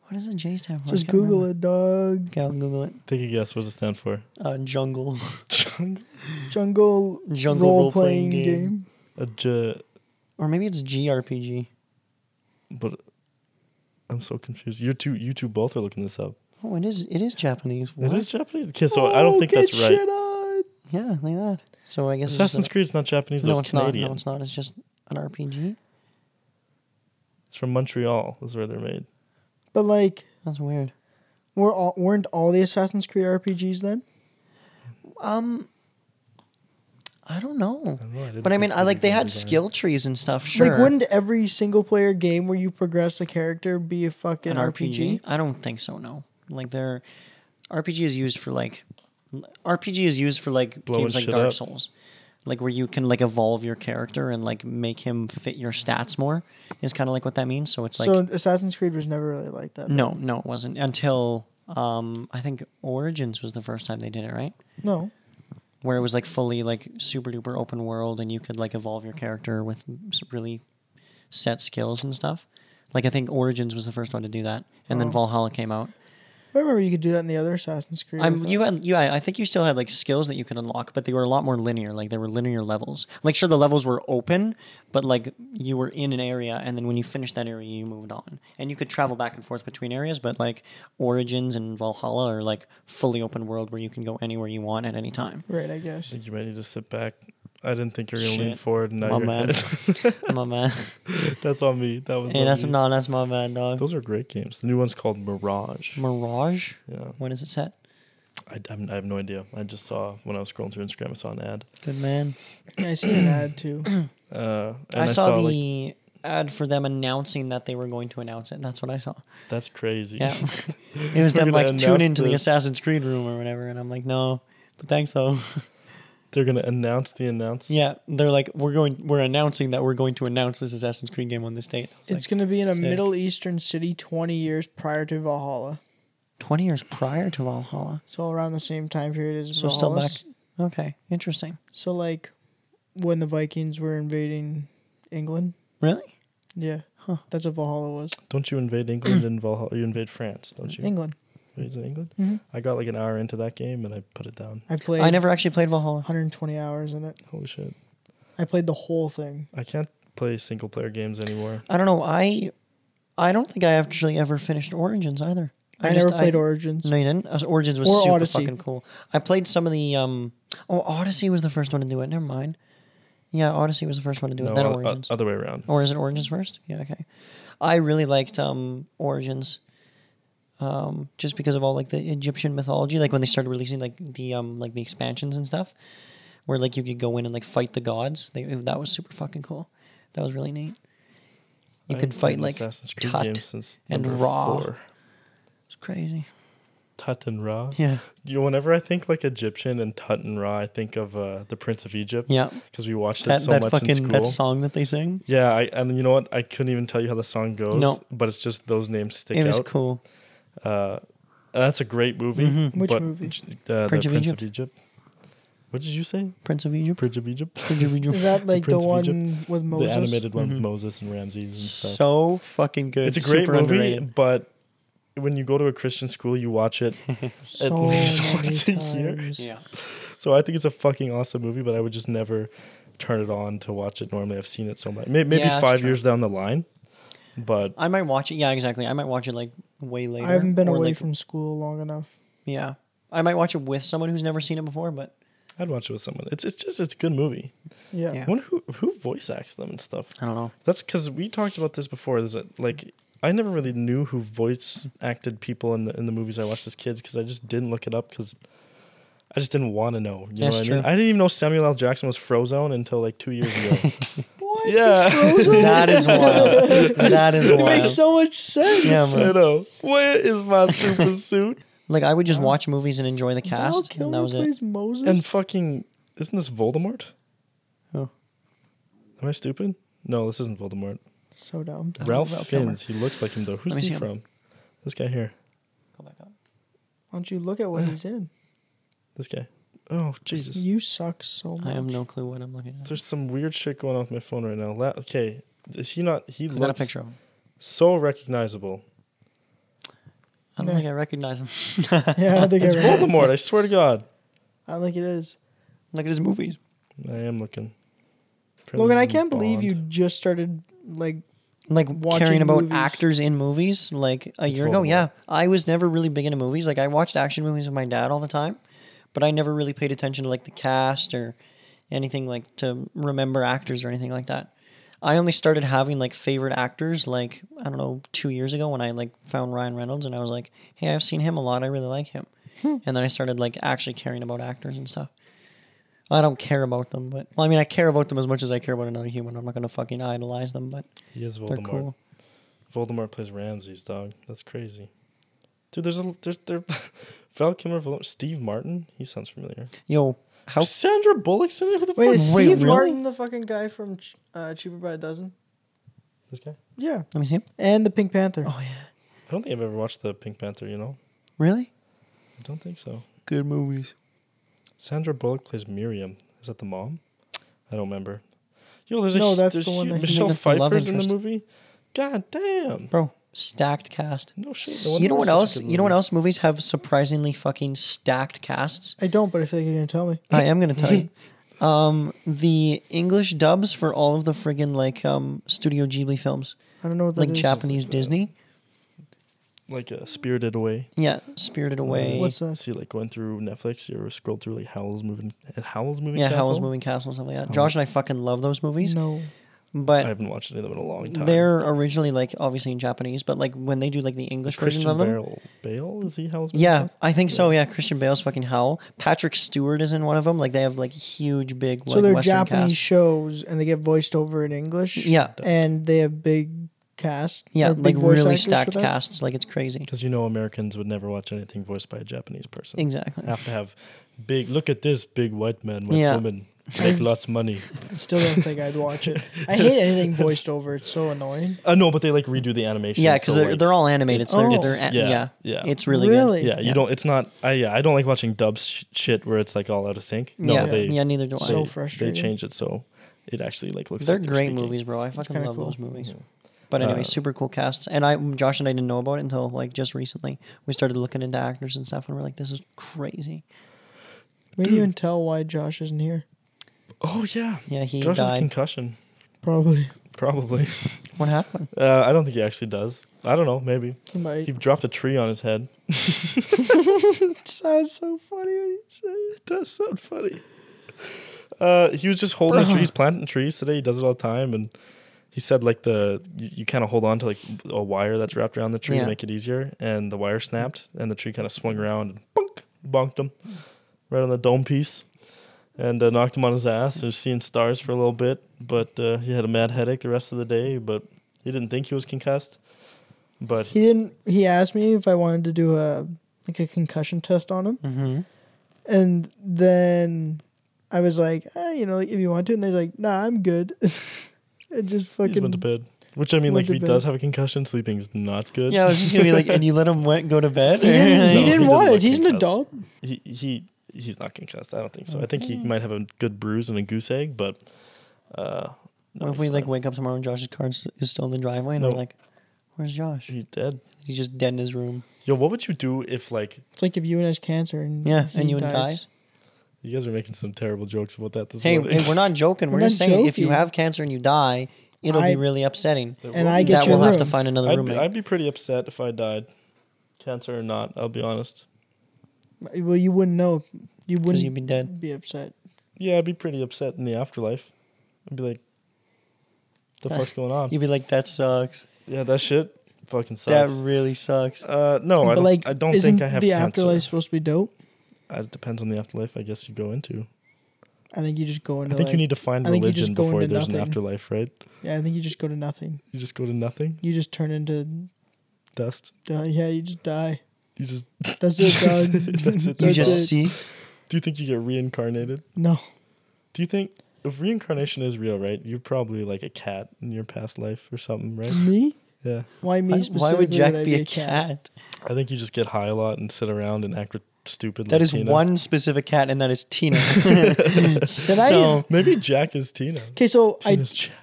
A: What does a J stand for? I
B: Just
A: can't
B: Google
A: remember.
B: it, dog.
A: Okay, I'll Google it.
C: Take a guess. What does it stand for?
A: Uh, jungle.
B: Jungle,
A: Jungle
B: role
A: role-playing
B: playing game.
A: game.
C: a J.
A: Or maybe it's GRPG.
C: But I'm so confused. You two, you two both are looking this up.
A: Oh, it is. It is Japanese. What?
C: It is Japanese. Okay, so I don't
B: Oh,
C: think
B: get
C: that's right.
B: shit on.
A: Yeah, like that. So I guess it's just
C: Assassin's
A: a-
C: Creed's not Japanese. though
A: No,
C: it's
A: it's
C: Canadian.
A: not. No, it's not. It's just an RPG.
C: It's from Montreal. Is where they're made.
B: But like,
A: That's weird.
B: were all, weren't all the Assassin's Creed RPGs then?
A: Um, I don't know.
C: don't know, I didn't
A: But I
C: think
A: mean, I
C: they
A: like they
C: did
A: had
C: design.
A: skill trees and stuff. Sure.
B: Like, wouldn't every single player game where you progress a character be a fucking
A: an
B: RPG?
A: RPG? I don't think so. No. Like they're RPG is used for like RPG is used for like
C: Blowing
A: games like
C: shit
A: Dark
C: up.
A: Souls, like where you can like evolve your character and like make him fit your stats more. Is kind of like what that means. So it's like Mm.
B: so Assassin's Creed was never really like that.
A: no, no, it wasn't until um I think Origins was the first time they did it, right?
B: No.
A: where it was like fully like super duper open world and you could like evolve your character with s- really set skills and stuff. Like I think Origins was the first one to do that, and then
B: Oh.
A: Valhalla came out.
B: I remember you could do that in the other Assassin's Creed. I
A: I'm
B: thought.
A: you had you I I think you still had like skills that you could unlock, but they were a lot more linear. Like they were linear levels. Like sure the levels were open, but like you were in an area, and then when you finished that area, you moved on, and you could travel back and forth between areas. But like Origins and Valhalla are like fully open world where you can go anywhere you want at any time.
B: Right, I guess.
C: think you might need to sit back. I didn't think you were gonna lean
A: Shit.
C: forward. And now
A: My
C: you're
A: man. My man.
C: that's on me. That was.
A: Hey,
C: on
A: that's
C: me.
A: no, that's my bad dog.
C: Those are great games. The new one's called Mirage.
A: Mirage.
C: Yeah,
A: When is it set?
C: I, I'm, I have no idea. I just saw when I was scrolling through Instagram, I saw an ad.
A: Good man.
B: I see an ad too.
C: Uh, and
A: I, saw, the
C: like
A: ad for them announcing that they were going to announce it. That's what I saw.
C: that's crazy.
A: Yeah, it was
C: We're
A: them
C: gonna
A: like tune
C: announce
A: into the
C: this."
A: Assassin's Creed room or whatever, and I'm like, no, but thanks though.
C: They're gonna announce the announce.
A: yeah, they're like, we're going, we're announcing that we're going to announce this Assassin's Creed game on this date. I was
B: It's
A: like,
B: going to be in a
A: sick.
B: Middle Eastern city 20 years prior to Valhalla.
A: 20 years prior to Valhalla.
B: So around the same time period as
A: So still
B: Valhalla.
A: back. Okay, interesting.
B: So like when the Vikings were invading England.
A: Really?
B: Yeah.
A: Huh.
B: That's what Valhalla was.
C: Don't you invade England and Valhalla? You invade France, don't you?
B: England.
C: Is it England?
B: Mhm.
A: Mm-hmm.
C: I got like an hour into that game and I put it down.
B: I played
A: I never actually played Valhalla.
B: 120 hours in it.
C: Holy shit!
B: I played the whole thing.
C: I can't play single player games anymore.
A: I don't know. I, I don't think I actually ever finished Origins either.
B: I, never
A: just-
B: played Origins.
A: No, you didn't. Uh, Origins was
B: Or
A: super
B: Odyssey.
A: fucking cool. I played some of the. um Oh, Odyssey was the first one to do it. Never mind. Yeah, Odyssey was the first one to do
C: No, uh,
A: it. Then
C: o- o-
A: Origins,
C: other way around.
A: or is it Origins first? Yeah, okay. I really liked um Origins, um just because of all like the Egyptian mythology. Like when they started releasing like the um like the expansions and stuff, where like you could go in and like fight the gods. They, that was super fucking cool. That was really neat. You
C: I
A: could
C: haven't
A: fight
C: played an
A: like
C: Assassin's Creed
A: Tut
C: games since
A: and
C: number
A: Ra.
C: Four.
A: it's crazy.
C: Tut and Ra.
A: Yeah.
C: You know, whenever I think like Egyptian and Tut and Ra, I think of uh, the Prince of Egypt.
A: Yeah.
C: Because we watched
A: That,
C: it so
A: that
C: much in
A: fucking
C: school.
A: that song that they sing.
C: Yeah, I, and you know what? I couldn't even tell you how the song goes.
A: No.
C: But it's just those names stick
A: it was
C: out.
A: cool.
C: Uh, that's a great movie.
A: Mhm.
B: Which
C: but,
B: movie?
C: Uh,
A: Prince
C: the
A: of
C: Prince of Egypt. What did you say?
A: Prince of Egypt.
C: Prince of Egypt.
A: Prince of Egypt.
B: Is that like the,
C: Prince of
B: one with Moses?
C: The animated one
A: Mhm.
C: with Moses and Ramses and stuff.
A: so fucking good.
C: it's a great
A: Super
C: movie,
A: underrated.
C: but when you go to a Christian school, you watch it.
B: So
C: least
B: many
C: once a year.
B: times.
A: Yeah.
C: So I think it's a fucking awesome movie, but I would just never turn it on to watch it normally. I've seen it so much. May- Maybe,
A: Yeah, that's
C: five
A: true.
C: years down the line, but
A: I might watch it. Yeah, exactly. I might watch it like way later.
B: I haven't been
A: or,
B: away
A: like,
B: from school long enough.
A: Yeah, I might watch it with someone who's never seen it before. But
C: I'd watch it with someone. It's it's just it's a good movie.
B: Yeah.
A: Yeah.
C: I wonder who who voice acts them and stuff.
A: I don't know.
C: That's because we talked about this before. There's a, like I never really knew who voice acted people in the in the movies I watched as kids because I just didn't look it up because I just didn't want to know. You know
A: That's
C: what I
A: true.
C: mean? I didn't even know Samuel L. Jackson was Frozone until like two years ago.
B: What?
C: yeah,
A: That is wild. that is
B: It makes
A: wild.
B: so much sense.
A: Yeah,
C: I
A: man.
C: know. Where is my super suit?
A: Like I would just watch movies and enjoy the
B: Val
A: cast, and that
B: Kilmer
A: was it.
B: plays Moses.
C: And fucking isn't this Voldemort?
A: Who?
C: Am I stupid? No, this isn't Voldemort.
B: so dumb.
C: Ralph
A: Oh, Ralph Kilmer.
C: Fiennes. He looks like him though. Who's
A: me
C: he
A: see him.
C: from? This guy here.
A: Go back up.
B: Why don't you look at what he's in?
C: This guy. Oh Jesus.
B: You suck so much.
A: I have no clue what I'm looking at.
C: There's some weird shit going on with my phone right now. La- okay, is he not? He
A: I got a
C: looks
A: picture of him.
C: so recognizable.
A: I don't
B: No.
A: think I recognize him.
B: Yeah, I think
C: It's
B: I read it.
C: Voldemort. I swear to God.
B: I think it is.
A: Look at his movies.
C: I am looking. Apparently
B: Logan,
C: he's
B: I
C: in
B: can't believe you
C: Bond.
B: just started like
A: Like
B: Watching
A: caring about
B: movies.
A: actors in movies, like a
C: It's
A: year ago.
C: Voldemort.
A: Yeah, I was never really big into movies. Like I watched action movies with my dad all the time, but I never really paid attention to like the cast or anything like to remember actors or anything like that. I only started having like favorite actors like I don't know two years ago when I like found Ryan Reynolds and I was like, hey, I've seen him a lot. I really like him.
B: Hmm.
A: And then I started like actually caring about actors and stuff. I don't care about them, but well, I mean, I care about them as much as I care about another human. I'm not gonna fucking idolize them, but
C: He is
A: they're
C: Voldemort.
A: cool.
C: Voldemort plays Ramses, dog. That's crazy. Dude, there's a there's there. Val Kilmer, Voldemort, Steve Martin. He sounds familiar.
A: Yo, how
C: Sandra Bullock's in it. Who the
B: Wait,
C: fuck?
B: is
A: Wait,
B: Steve
A: really?
B: Martin the fucking guy from Ch- uh, Cheaper by a Dozen?
C: This guy.
B: Yeah.
A: Let me see.
B: And the Pink Panther.
A: Oh yeah,
C: I don't think I've ever watched the Pink Panther. You know,
A: really
C: I don't think so.
A: good movies.
C: Sandra Bullock plays Miriam. Is that the mom? I don't remember. Yo, there's a
B: No,
C: hu-
B: that's
C: there's
B: the one
C: hu-
B: that-
C: Michelle
A: That's the love
C: Pfeiffer's in the
A: interest.
C: movie. God damn.
A: bro. Stacked cast.
C: No shit. no
A: You know
C: wonder
A: what
C: it's such a
A: else?
C: good
A: You know what
C: movie.
A: else? Movies have surprisingly fucking stacked casts.
B: I don't, but I feel like you're gonna tell me.
A: I am gonna tell you. Um, the English dubs for all of the friggin' like um Studio Ghibli films,
B: I don't know what that
A: like
B: is.
A: Japanese
C: It's, uh,
A: Disney.
C: Like uh, Spirited Away.
A: Yeah, Spirited Away.
B: What's that?
C: See, like going through Netflix, you ever scrolled through like Howl's Moving, Howl's Moving
A: yeah,
C: Castle?
A: Howl's Moving Castle, and stuff like that. Josh and I fucking love those movies,
B: No.
C: I
A: but
C: haven't watched any of them in a long time.
A: they're originally like obviously in Japanese, but like when they do like the English versions
C: Christian
A: of them,
C: Bale. Bale is he Howl's Moving
A: Yeah,
C: Castle?
A: I think so. Yeah, Christian Bale's fucking howl. Patrick Stewart is in one of them. Like they have like huge, big. Like,
B: so they're
A: Western
B: Japanese
A: Cast.
B: shows, and they get voiced over in English.
A: Yeah.
B: and they have big cast.
A: Yeah,
B: or
A: like
B: big voice
A: really
B: actors for
A: stacked
B: that?
A: casts. Like it's crazy.
C: Because you know Americans would never watch anything voiced by a Japanese person.
A: Exactly.
C: Have to have big. Look at this big white man, white
A: Yeah.
C: woman, make lots of money.
B: I still don't think I'd watch it. I hate anything voiced over. It's so annoying.
C: Uh, no, but they like redo the animation.
A: Yeah, because
C: so,
A: they're,
C: like-
A: they're all animated. So they're,
B: Oh.
A: they're a-
C: Yeah,
A: yeah,
C: yeah.
A: It's really,
B: Really?
A: good.
C: Yeah, you
A: Yeah.
C: don't. It's not. I yeah, I don't like watching dub sh- shit where it's like all out of sync. No,
A: yeah,
C: they
A: yeah. Neither do I.
B: So
C: they,
B: frustrating.
C: They changed it so it actually like looks.
A: they're
C: like
A: great
C: speaking.
A: movies, bro. I fucking
B: kinda
A: love
B: cool.
A: those movies. But anyway,
C: Uh,
A: super cool casts. And I, Josh and I didn't know about it until like just recently. We started looking into actors and stuff, and we're like, this is crazy.
B: We didn't even tell why Josh isn't here.
C: Oh yeah,
A: Yeah, he
C: Josh's
A: died.
C: concussion
B: Probably.
C: probably.
A: What happened?
C: Uh, I don't think he actually does. I don't know. Maybe
B: He might.
C: he dropped a tree on his head.
B: It sounds so funny when you say it.
C: It does sound funny. Uh, he was just holding trees, planting trees today. He does it all the time, and he said like the you, you kind of hold on to like a wire that's wrapped around the tree to
A: Yeah.
C: make it easier, and the wire snapped, and the tree kind of
B: Mm.
C: swung around and bonk, bonked him right on the dome piece, and uh, knocked him on his ass. He was seeing stars for a little bit, but uh, he had a mad headache the rest of the day. But he didn't think he was concussed. But
B: He didn't. He asked me if I wanted to do a like a concussion test on him.
A: Mm-hmm.
B: And then I was like, eh, you know, like, if you want to. And they're like, nah, I'm good. it just
C: He just
B: fucking.
C: went to bed. Which I mean,
B: went
C: like,
B: to
C: if he
B: bed.
C: does have a concussion, sleeping is not good.
A: Yeah, I was just gonna be like, and you let him went, go to bed.
B: He didn't, he
C: No, he
B: didn't
C: didn't
B: want
C: look
B: it. He's an
C: concussed.
B: adult.
C: he he he's not concussed. I don't think so. I think he might have a good bruise and a goose egg, but uh, no,
A: What if we
C: he's
A: like
C: fine.
A: wake up tomorrow and Josh's car is is still in the driveway, and
C: No.
A: we're like, "Where's Josh?
C: he's dead.
A: He's just dead in his room."
C: Yo, what would you do if like
B: It's like if you has cancer and
A: Yeah,
B: he
A: and you and
B: dies.
A: guys.
C: you guys are making some terrible jokes about that this
A: Hey,
C: morning?
A: hey, we're not joking. We're,
B: We're
A: just
B: not
A: saying, if you
B: joking.
A: have cancer and you die, it'll
B: I-
A: be really upsetting.
C: There
B: And
C: will
B: I
C: be-
B: get
A: That
B: your
A: we'll have to
B: room.
A: find another
C: I'd be,
A: roommate.
C: I'd be pretty upset if I died, cancer or not. I'll be honest.
B: Well, you wouldn't know. You
A: because
B: wouldn't
A: you'd be dead.
B: be upset.
C: Yeah, I'd be pretty upset in the afterlife. I'd be like, the
A: Uh,
C: fuck's going on?
A: You'd be like, "That sucks.
C: Yeah, that shit fucking
A: That
C: sucks.
A: really sucks."
C: uh, no, I
B: but
C: don't,
B: like,
C: I don't
B: isn't
C: think I have
B: the
C: cancer.
B: afterlife supposed to be dope?
C: Uh, It depends on the afterlife, I guess you go into.
B: I think you just go
C: I
B: into.
C: think you
B: like-
C: need to find
B: I think you
C: religion
B: just go
C: before
B: into
C: there's an
B: nothing.
C: afterlife, right?
B: Yeah, I think you just go to nothing.
C: You just go to nothing,
B: You just turn into.
C: dust.
B: Uh, yeah, you just die.
C: You just
B: That's it, dog.
C: that's it.
A: you
C: that's
B: That's
A: just
B: it.
A: cease.
C: Do you think you get reincarnated?
B: No,
C: Do you think if reincarnation is real, right? You're probably like a cat in your past life or something, right?
B: me.
C: Yeah.
B: Why me
A: Why,
B: specifically?
A: why would Jack
B: I
A: be a cat?
C: I think you just get high a lot and sit around and act stupid.
A: That
C: like
A: is
C: Tina.
A: one specific cat, and that is Tina.
B: Did I-
A: so
C: Maybe Jack is Tina.
B: Okay, so I
C: Tina's Jack.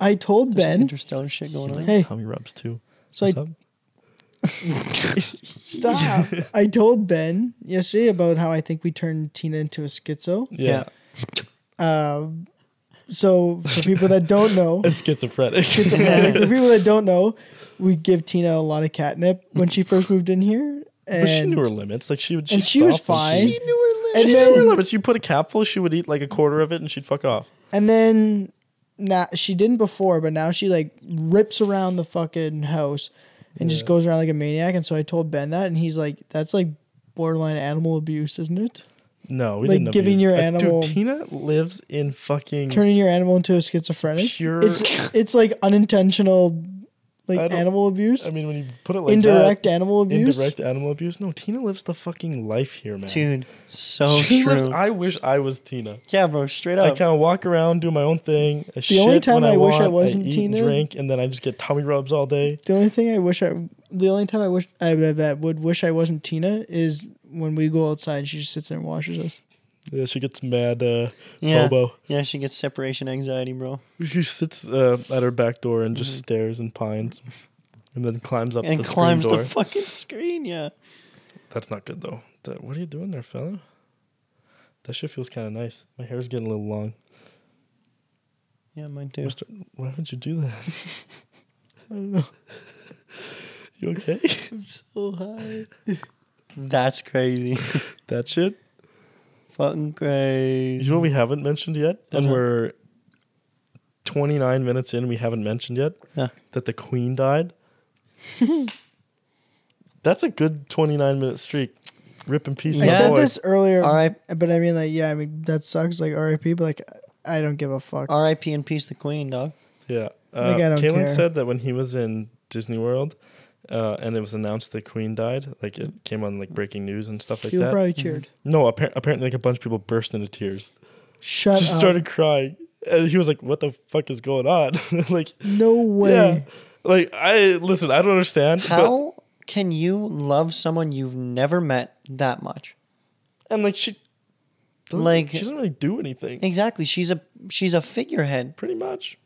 B: I told
A: there's some
B: Ben.
A: interstellar shit
C: He
A: going on.
C: likes
B: Hey.
C: tummy rubs too.
B: So
C: What's
B: I
C: up?
B: stop. I told Ben yesterday about how I think we turned Tina into a schizo.
C: Yeah.
B: Um, so for people that don't know,
C: A schizophrenic.
B: for people that don't know, we give Tina a lot of catnip when she first moved in here, and
C: but she knew her limits. Like she would.
B: and
C: she'd
B: she was
C: stop
B: fine.
C: and-
B: She knew her
C: She
B: And
C: knew her
B: then,
C: limits. You put a capful, she would eat like a quarter of it, and she'd fuck off.
B: and then, nah, she didn't before, but now she like rips around the fucking house and just goes around like a maniac. And so I told Ben that, and he's like, "That's like borderline animal abuse, isn't it?
C: No, we
B: Like
C: didn't.
B: giving
C: abuse-
B: your
C: Uh,
B: animal-
C: Dude, Tina lives in fucking.
B: Turning your animal into a schizophrenic.
C: Pure-
B: It's it's like unintentional, like
C: I don't-
B: animal abuse,
C: I mean, when you put it like
B: indirect
C: that,
B: animal abuse.
C: indirect animal abuse. No, Tina lives the fucking life here, man.
A: Dude, so
C: she
A: true.
C: lives. I wish I was Tina.
A: yeah, bro, straight
C: I
A: up.
C: kind of walk around, do my own thing. I
B: The only
C: shit
B: time
C: when
B: I wish I
C: want,
B: wasn't
C: eat
B: Tina-
C: and drink, and then I just get tummy rubs all day.
B: The only thing I wish I, the only time I wish I that, that would wish I wasn't Tina is when we go outside. She just sits there and watches us.
C: Yeah, she gets mad. Uh,
A: yeah.
C: Phobo.
A: yeah, she gets separation anxiety, bro.
C: She sits uh, at her back door and just stares and pines, and then climbs up
A: Mm-hmm. And
C: the
A: climbs
C: screen
A: the
C: door.
A: fucking screen, yeah.
C: That's not good though. That, what are you doing there, fella? That shit feels kind of nice. My hair's getting a little long.
A: Yeah, mine too.
C: Mister, why would you do that?
B: I don't know.
C: You okay?
B: So high.
A: That's crazy.
C: that shit.
A: fucking
C: You
A: crazy.
C: know what we haven't mentioned yet, and
A: Uh-huh.
C: we're twenty nine minutes in. We haven't mentioned yet
A: Yeah.
C: that the queen died. That's a good twenty nine minute streak. Rip and peace,
B: I
C: my
B: said
C: boy.
B: this earlier,
A: R.I.-
B: but I mean, like, yeah, I mean, that sucks. Like R.I.P. But like, I don't give a fuck.
A: R.I.P. and peace the queen, dog.
C: Yeah. Uh,
B: Like, I don't
C: Kalen
B: care.
C: said that when he was in Disney World, uh, and it was announced the Queen died, like it came on like breaking news and stuff like
B: People
C: that. Mm-hmm.
B: probably cheered.
C: No, appar- apparently, like a bunch of people burst into tears,
B: Shut
C: just
B: up.
C: started crying. And he was like, "What the fuck is going on?" like,
B: no way.
C: yeah, like I listen, I don't understand. but-
A: How can you love someone you've never met that much?
C: and like she, doesn't-
A: Like-
C: she doesn't really do anything,
A: Exactly. She's a she's a figurehead.
C: pretty much.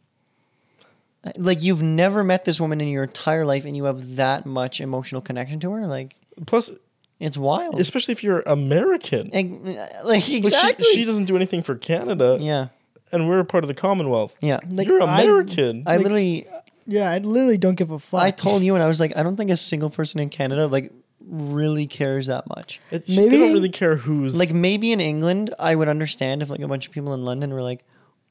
A: Like you've never met this woman in your entire life and you have that much emotional connection to her? Like
C: Plus,
A: it's wild.
C: especially if you're American,
A: Eg- like
C: Like, she-
A: exactly.
C: she, doesn't do anything for Canada,
A: yeah.
C: and we're a part of the Commonwealth.
A: Yeah.
B: Like,
C: you're
B: I-
C: American.
A: I literally
B: Yeah, I literally don't give a fuck.
A: I told you, and I was like, I don't think a single person in Canada like really cares that much.
C: It's,
B: Maybe-
C: they don't really care who's
A: Like maybe in England, I would understand if like a bunch of people in London were like,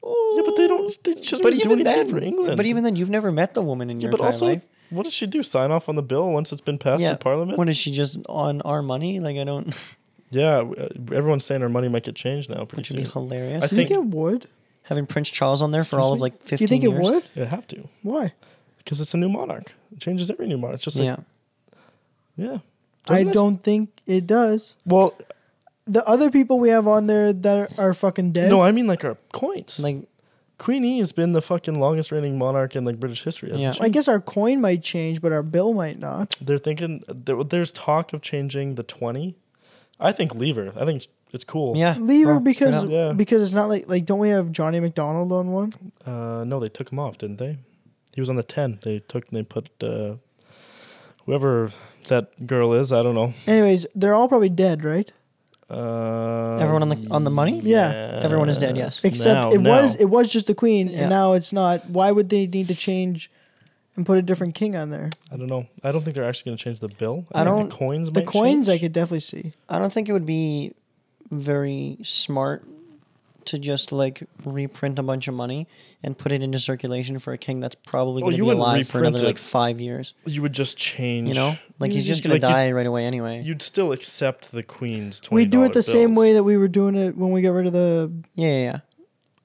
A: oh,
C: Yeah, but they don't. They just
A: But
C: do
A: even
C: anything
A: then,
C: for England.
A: but even then, you've never met the woman in
C: yeah,
A: your
C: but
A: entire
C: also,
A: life.
C: what does she do? Sign off on the bill once it's been passed in Parliament?
A: When is she just on our money? Like I don't.
C: yeah, uh, everyone's saying our money might get changed now. Pretty
A: Which would be
C: soon.
A: hilarious.
C: I
B: Do you think
C: think-
B: it would?
A: Having Prince Charles on there for
C: Excuse
A: all of
C: me?
A: like fifteen.
B: Do you think
A: years.
B: it would?
C: They have to
B: Why?
C: because it's a new monarch. It changes every new monarch. It's just like
A: Yeah.
C: yeah,
B: I
C: Doesn't it?
B: don't think it does.
C: Well,
B: The other people we have on there that are, are fucking dead.
C: no, I mean like our coins. Like
A: Like
C: Queen E has been the fucking longest reigning monarch in like British history. Hasn't
A: Yeah.
C: she?
B: I guess our coin might change, but our bill might not.
C: They're thinking there, there's talk of changing the twenty. I think leave her. I think it's cool.
A: yeah,
B: Leave
A: Oh,
B: her
A: straight
B: because
A: up.
C: Yeah.
B: because it's not like like don't we have Johnny McDonald on one?
C: Uh, no, they took him off, didn't they? He was on the ten. They took. They put uh, whoever that girl is. I don't know.
B: Anyways, they're all probably dead, right?
C: Uh,
A: everyone on the on the money.
B: Yeah.
A: Everyone is dead, yes.
B: Except
C: Now-
B: it was
C: now.
B: it was just the queen,
A: Yeah.
B: and now it's not. Why would they need to change and put a different king on there?
C: I don't know. I don't think they're actually going to change the bill.
A: I
C: think
A: don't-
C: the coins.
B: The
C: might
B: coins I
C: change.
B: could definitely see.
A: I don't think it would be very smart to just like reprint a bunch of money and put it into circulation for a king that's probably
C: Oh,
A: going
C: you
A: to be
C: wouldn't
A: alive for
C: reprint
A: another
C: it.
A: like five years.
C: You would just change.
A: You know, like he's just going
C: Like,
A: to
C: you-
A: die right away anyway.
C: You'd still accept the queen's twenty.
B: We do it the same
C: bills.
B: way that we were doing it when we got rid of the
A: yeah, yeah, yeah.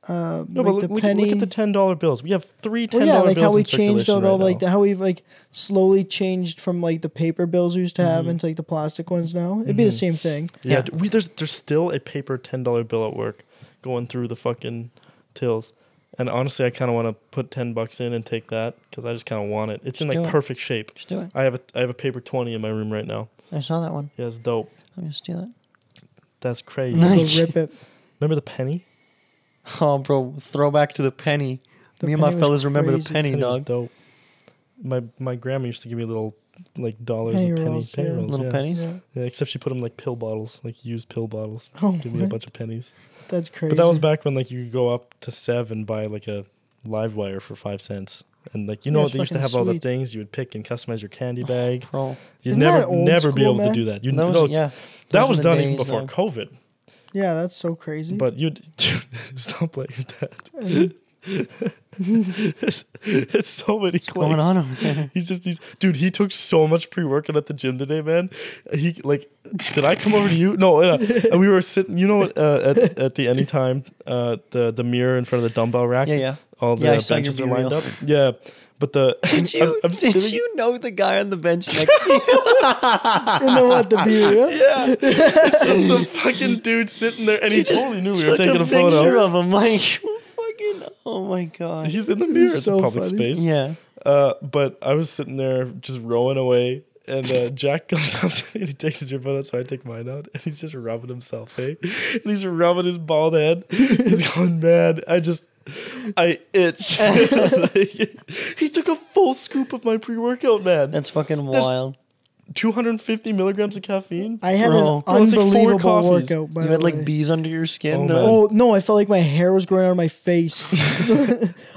B: uh,
C: No,
B: like
C: but
B: the
C: look, look, at-
B: penny.
C: look at the ten dollar bills. We have three
B: Well,
C: ten dollar
B: yeah, like
C: bills
B: how we
C: in
B: changed
C: circulation
B: out all
C: right
B: like
C: now.
B: the, how we've like slowly changed from like the paper bills we used to
C: Mm-hmm.
B: have into like the plastic ones now. It'd be the same thing.
C: Yeah,
A: Yeah.
C: d- we, there's there's still a paper ten dollar bill at work going through the fucking tills, and honestly, I kind of want to put ten bucks in and take that because I just kind of want it. It's in
A: Just
C: like
A: do it.
C: perfect shape.
A: Just do it.
C: I have a I have a paper twenty in my room right now.
A: I saw that one.
C: Yeah, it's dope.
A: I'm going to steal it.
C: That's crazy.
B: Go
A: Nice.
B: rip it.
C: Remember the penny?
A: Oh, bro, throwback to the penny.
B: The
A: Me and my
B: penny was
A: fellas remember the
B: crazy.
A: penny,
C: Penny was
A: dog.
C: dope. My my grandma used to give me little like dollars
B: Penny
C: and penny,
B: rolls,
C: penny
B: yeah.
C: rolls,
A: Little
C: yeah.
A: pennies.
B: Yeah.
C: Yeah, except she put them like pill bottles, like used pill bottles.
B: Oh,
C: Give me a bunch of pennies.
B: that's crazy.
C: But that was back when like you could go up to Sev and buy like a live wire for five cents. And like you know
B: Yeah,
C: what
B: it's
C: they used to
B: fucking
C: have all the
B: sweet.
C: things you would pick and customize your candy bag.
A: Bro,
C: You'd
B: Isn't that
C: never
B: old
C: never be
B: school,
C: able to
B: man?
C: do that. You
A: those,
C: no,
A: yeah,
C: that
A: those
C: was
A: were the
C: done even
A: days,
C: before
A: dog.
C: COVID.
B: Yeah, that's so crazy.
C: But you'd stop playing with that.
B: And
C: It's, it's so many
A: What's going on over there?
C: He's just he's dude. He took so much pre workout at the gym today, man. He like, did I come over to you? No, uh, and we were sitting. You know, uh, at at the anytime, uh, the the mirror in front of the dumbbell rack.
A: Yeah, yeah.
C: All
A: Yeah, I
C: the
A: saw your
C: benches are
A: B
C: lined
A: reel.
C: up. Yeah, but the
A: Did you,
C: I'm, I'm
A: did
C: sitting-
A: you know the guy on the bench next to you?
B: then what? The beer? Yeah?
C: Yeah, it's just some fucking dude sitting there, and he,
A: just
C: totally knew we
A: took
C: were taking a,
A: picture
C: photo.
A: of him. Like, fucking, oh my god.
C: He's in the mirror. It's
B: so
C: a public
B: funny.
C: space.
A: yeah.
C: Uh, but I was sitting there just rowing away, and uh, Jack comes up to me and he takes his earbud out, so I take mine out, and he's just rubbing himself, hey, and he's rubbing his bald head. He's going, man, I just. I itch. Like, he took a full scoop of my pre-workout, man.
A: That's fucking
C: There's-
A: wild.
C: 250 milligrams of caffeine.
B: I had
A: Bro.
B: an
C: Bro, it's like four
B: unbelievable
C: coffees.
B: workout. By
A: you had
B: the way.
A: like bees under your
C: Oh,
A: skin.
C: man.
A: though.
B: Oh no! I felt like my hair was growing out of my face.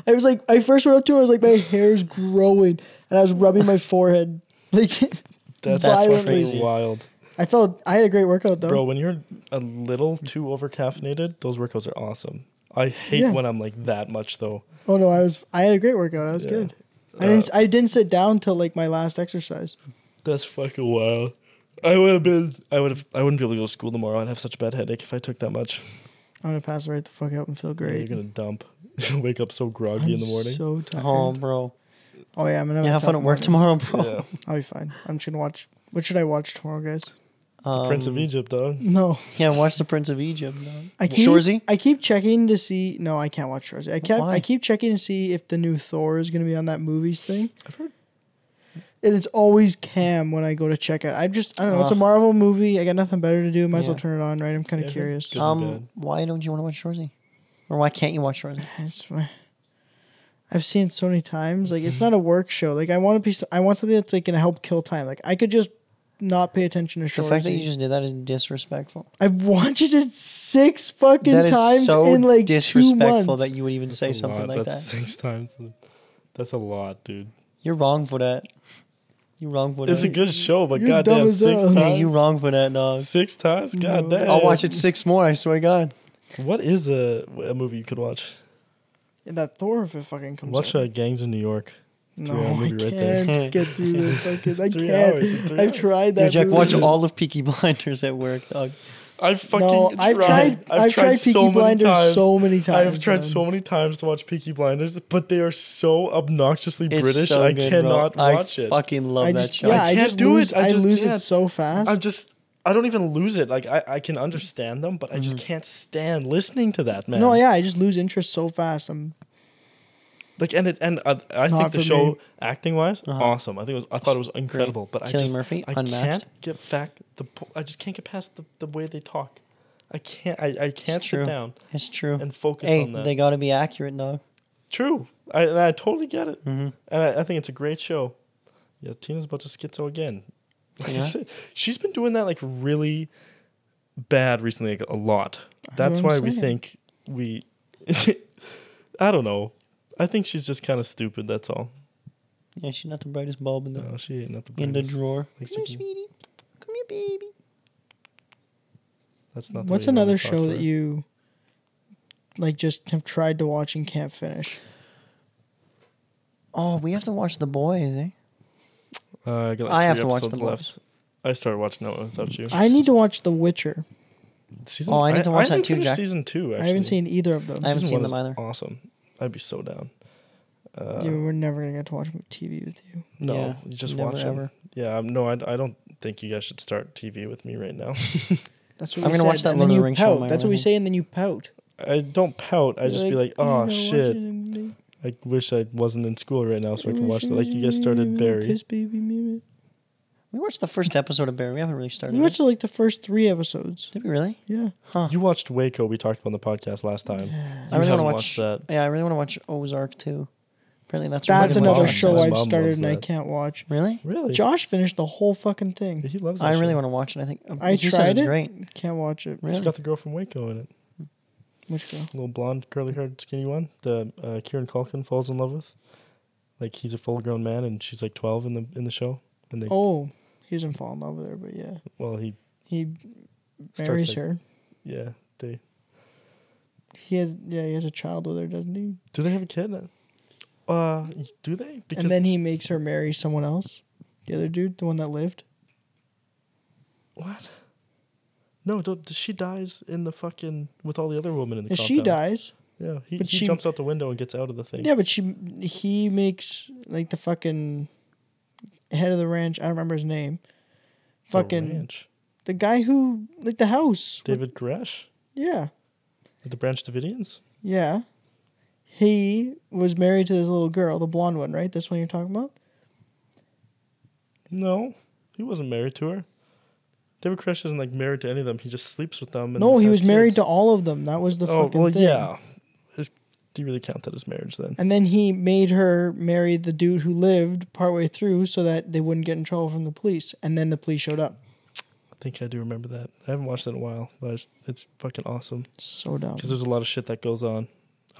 B: I was like, I first went up to her, I was like, my hair's growing, and I was rubbing my forehead. Like, That's
C: That's, fucking
A: crazy.
C: wild,
B: I felt I had a great workout though.
C: bro. When you're a little too overcaffeinated, those workouts are awesome. I hate
B: Yeah.
C: when I'm like that much though.
B: Oh no, I was I had a great workout. I was
C: Yeah. Uh,
B: good. I didn't I didn't sit down till like my last exercise.
C: That's fucking wild. I would have been. I would have. I wouldn't be able to go to school tomorrow. I'd have such a bad headache if I took that much.
B: I'm gonna pass right the fuck out and feel
C: Yeah,
B: great.
C: You're gonna dump. You're gonna wake up so groggy
B: I'm
C: in the morning.
B: so tired.
A: Oh, bro.
B: oh yeah, I'm gonna have,
A: You
B: a
A: have fun
B: tough
A: at work
B: morning.
A: tomorrow, bro.
C: yeah,
B: I'll be fine. I'm just gonna watch. What should I watch tomorrow, guys?
A: Um,
C: Prince of Egypt, dog.
B: No,
A: Yeah, watch the Prince of Egypt. dog.
B: I keep
A: Shorzy?
B: I keep checking to see. No, I can't watch Shorzy. I kept
A: Why?
B: I keep checking to see if the new Thor is gonna be on that movies thing. I've heard. And it's always Cam when I go to check it. I just I don't know. it's a
A: Ugh.
B: Marvel movie. I got nothing better to do. Might as well
A: Ah. Yeah.
B: turn it on, right? I'm kind of
C: Yeah,
B: curious.
C: good. and bad.
A: Um, why don't you want to watch Shorzy? Or why can't you watch Shorzy?
B: It's my, I've seen it so many times. Like it's not a work show. Like I want a piece. I want something that's like gonna help kill time. Like I could just not pay attention to
A: The
B: shorts.
A: fact that you just did that is disrespectful.
B: I've watched it six fucking
A: That is
B: times
A: so
B: in like two
A: disrespectful
B: months.
A: that you would even say something like
C: That's
A: that.
C: six times. That's a lot, dude.
A: You're wrong for that. You're wrong for
C: It's a
A: that.
C: good show, but
B: You're dumb
C: goddamn,
B: as
C: six
B: hell.
C: times.
B: Yeah,
A: Yeah, you're wrong for that, dog.
C: Six times, goddamn.
A: I'll watch it six more. I swear to God.
C: What is a, a movie you could watch?
B: And that Thor if it fucking comes.
C: Watch
B: out.
C: uh, Gangs in New York.
B: No,
C: three-hour
B: I
C: movie right there.
B: can't get through the fucking. I
C: Three
B: can't.
C: hours, three
B: I've
C: hours.
B: tried that.
A: Yo, Jack, watch
B: movie.
A: all of Peaky Blinders at work, dog.
C: I've fucking
B: no, I've tried. I've, tried, Peaky Blinders so many times.
C: I've tried so
B: man.
C: many times to watch Peaky Blinders, but they are so obnoxiously
A: It's
C: British.
A: so
C: I
A: good, bro.
C: cannot
A: I
C: watch it.
A: Fucking love
B: I
A: that
B: just,
A: show.
B: yeah, I,
C: can't
B: just
C: do it.
B: lose.
C: I
B: I,
C: just
B: lose it
C: can't.
B: so fast.
C: I just I don't even lose it. Like I, I can understand them, but I
A: Mm-hmm.
C: just can't stand listening to that man.
B: no, yeah, I just lose interest so fast. I'm
C: Like and it and I, I think
B: Not
C: the
B: for
C: show
B: me.
C: acting wise, awesome. I think it was, I thought it was incredible, but I
A: Cillian
C: just
A: Uh-huh. Murphy,
C: I
A: unmatched.
C: can't get back the po- I just can't get past the, the way they talk. I can't I, I can't
A: it's
C: sit
A: true.
C: down.
A: It's true.
C: and focus
A: hey,
C: on that.
A: They got to be accurate, dog. Mm-hmm.
C: True. I and I totally get it. And I, I think it's a great show. Yeah, Tina's about to schizo again.
A: Yeah.
C: She's been doing that like really bad recently, like a lot. That's
B: know what
C: why
B: I'm
C: we
B: saying.
C: think we I don't know. I think she's just kind of stupid, that's all.
A: Yeah, she's not the brightest bulb in the
C: No, she ain't not the
A: in the
C: Uh, brightest.
A: drawer.
C: Like
A: Come here,
C: chicken.
A: sweetie. Come here, baby.
C: That's not the
B: What's
C: way you normally
B: another
C: talk
B: show
C: to
B: that
C: her.
B: you like just have tried to watch and can't finish?
A: Oh, we have to watch The Boys, eh?
C: Uh, I, got like
A: I
C: three
A: have to watch
C: episodes
A: The Boys.
C: left. I started watching that one without you.
B: I need to watch The Witcher.
C: season,
A: Oh, I need to watch that
C: didn't
A: too,
C: finish
A: Jack.
C: Season two. Actually.
B: I haven't seen either of them.
A: I haven't
C: Season
A: seen
C: one
A: them
C: is
A: either.
C: Awesome. I'd be so down. Uh,
B: You we're never gonna get to watch TV with you.
C: No,
A: Yeah,
C: you just
A: never,
C: watch
A: ever.
C: it. Yeah, um, no, I, I don't think you guys should start TV with me right now.
B: That's what
A: I'm
B: we
A: gonna watch
B: said,
A: that
B: and then
A: Lord of
B: you
A: the Rings show
B: pout.
A: on my
B: That's what
A: way
B: we
A: home.
B: say, and then you pout.
C: I don't pout. I just be like,
B: "You
C: oh
B: gotta watch it
C: shit.
B: and be-
C: I wish I wasn't in school right now so I can
B: wish
C: watch
B: it
C: that. Like
B: was
C: you guys
B: me,
C: started
B: me,
C: Barry.
B: Kiss baby me.
A: We watched the first episode of Barry. We haven't really started.
B: We
A: it.
B: watched like the first three episodes.
A: Did we really?
B: Yeah.
A: Huh.
C: You watched Waco. We talked about on the podcast last time.
A: I really want to
C: haven't
A: watch
C: watched that.
A: Yeah, I really want to watch Ozark too. Apparently, that's
B: That's
A: really
C: mom-
B: another
A: watching.
B: show
C: my
B: I've
C: mom
B: started
C: loves
B: and I
C: that.
B: can't watch.
A: Really?
C: Really?
B: Josh finished the whole fucking thing.
C: He loves. That
A: I really
C: show.
A: want to watch it. I think
B: I
A: he says
B: tried
A: it's
B: it.
A: great.
B: Can't watch it.
A: Really?
C: It's got the girl from Waco in it.
B: Which girl?
C: Little blonde, curly-haired, skinny one. The uh, Kieran Culkin falls in love with. Like he's a full-grown man and she's like 12 in the in the show. And they
B: Oh, he doesn't fall in love with her, but yeah,
C: well he
B: he
C: Starts,
B: marries
C: like-
B: her.
C: yeah they
B: He has yeah, he has a child with her, doesn't he?
C: Do they have a kid? Uh, do they? Because
B: and then he makes her marry someone else. The other dude, the one that lived.
C: what? No, don't, she dies in the fucking with all the other women in the.
B: And she
C: compound.
B: dies.
C: Yeah, he,
B: But
C: he
B: she-
C: jumps out the window and gets out of the thing.
B: Yeah, but she he makes like the fucking head of the ranch. I don't remember his name.
C: The
B: Fucking
C: ranch.
B: the guy who like the house.
C: Oh, David Koresh,
B: Yeah.
C: the Branch Davidians.
B: Yeah. He was married to this little girl, the blonde one, right? This one you're talking about?
C: No, he wasn't married to her. David Koresh isn't like married to any of them. He just sleeps with them. And
B: no, he
C: has
B: was married
C: kids.
B: to all of them. That was the
C: oh
B: fucking
C: well,
B: thing.
C: yeah. Is- do you really count that as marriage then?
B: And then he made her marry the dude who lived partway through so that they wouldn't get in trouble from the police. And then the police showed up.
C: I think I do remember that. I haven't watched it in a while, but it's, it's fucking awesome
B: So dumb.
C: because there's a lot of shit that goes on.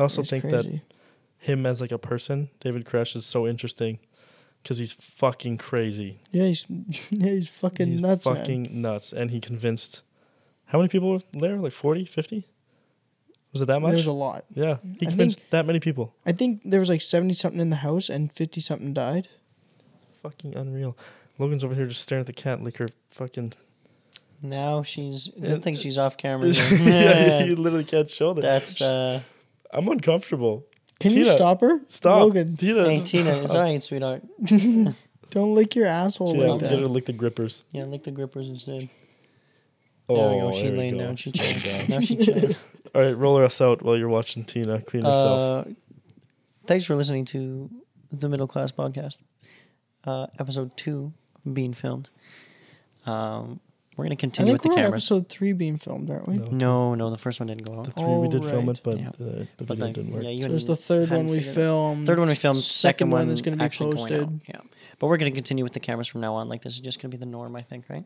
C: I also
B: It's
C: think that
B: crazy.
C: him as like a person, David Koresh is so interesting because he's fucking crazy.
B: Yeah, he's, yeah, he's fucking
C: he's
B: nuts, man.
C: fucking nuts. And he convinced how many people were there? Like 40, 50? Was it that much?
B: There's a lot.
C: yeah. He
B: I
C: convinced that many people.
B: I think there was like 70 something in the house and 50 something died.
C: Fucking unreal. Logan's over here just staring at the cat like her fucking.
A: Now she's.
C: Yeah.
A: Good thing she's off camera.
C: yeah, you literally can't show that.
A: That's uh,
C: I'm uncomfortable.
B: Can you
C: Tina,
B: stop her?
C: Stop.
B: Logan,
C: Tina,
A: hey Tina. It's all right, sweetheart.
B: don't lick your asshole
C: Yeah,
B: like
C: get her to
B: that.
C: lick the grippers.
A: Yeah, lick the grippers instead.
C: Oh,
A: There we go. She's
C: there we
A: laying
C: go.
A: down. She's
C: There we
A: chilling.
C: go.
A: Now she chilling.
C: All right, roll us out while you're watching Tina clean herself.
A: Uh, thanks for listening to the Middle Class Podcast, uh, episode two being filmed. Um, we're gonna
B: I
A: continue with
B: think
A: the
B: we're on
A: cameras.
B: episode three being filmed, aren't we?
C: No.
A: No, no, the first one didn't go
C: The
A: out.
C: three we did film
B: Alright.
C: it, but
A: Yeah.
C: uh, the
A: But
C: video
A: the-
C: didn't work.
A: yeah, you
B: So
A: and
B: it's the third
A: hadn't
B: one we
A: figured it
B: filmed.
C: Mm,
A: out. Third one we filmed. Second, one
B: that's going to be
A: actually going
B: posted.
A: out. Yeah, but we're gonna continue with the cameras from now on. Like this is just gonna be the norm, I think, right?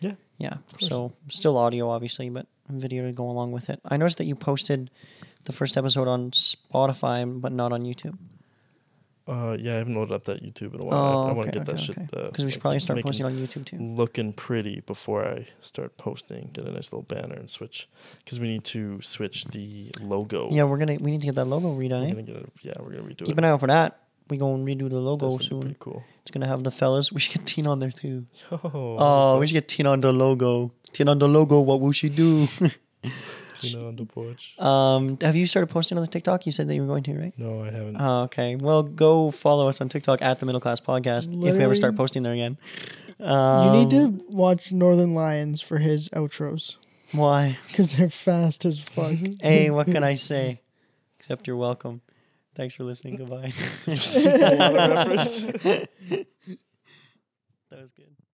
C: yeah.
A: Yeah.
C: course.
A: So still audio, obviously, but video to go along with it. I noticed that you posted the first episode on Spotify, but not on YouTube. Oh,
C: Uh, yeah, I haven't loaded up that YouTube in a while. I, I want to get that shit.
A: Because
C: uh,
A: we
C: like,
A: should probably start
C: making-
A: posting on YouTube too.
C: Looking pretty before I start posting. Get a nice little banner and switch. Because we need to switch the logo.
A: Yeah, we're gonna we need to get that logo redone.
C: We're
A: Eh?
C: gonna get it. yeah, we're going to redo
A: Keep
C: it.
A: an eye out for that. We gonna redo the logo
C: That's gonna be
A: soon.
C: pretty cool.
A: It's It's gonna have the fellas. We should get Tina on there too.
C: Oh,
A: Oh, we should get Tina on the logo. Tina on the logo. What will she do?
C: Tina on the porch.
A: um, have you started posting on the TikTok? You said that you were going to, right?
C: No, I haven't.
A: Oh, okay. Well, go follow us on TikTok at the Middle Class Podcast if we ever
B: Literally-
A: start posting there again.
B: You
A: Um,
B: need to watch Northern Lions for his outros
A: Why?
B: because they're fast as fuck.
A: Hey, what can I say? Except you're welcome. Thanks for listening. Goodbye.
C: Super Bowl reference.
A: that was good.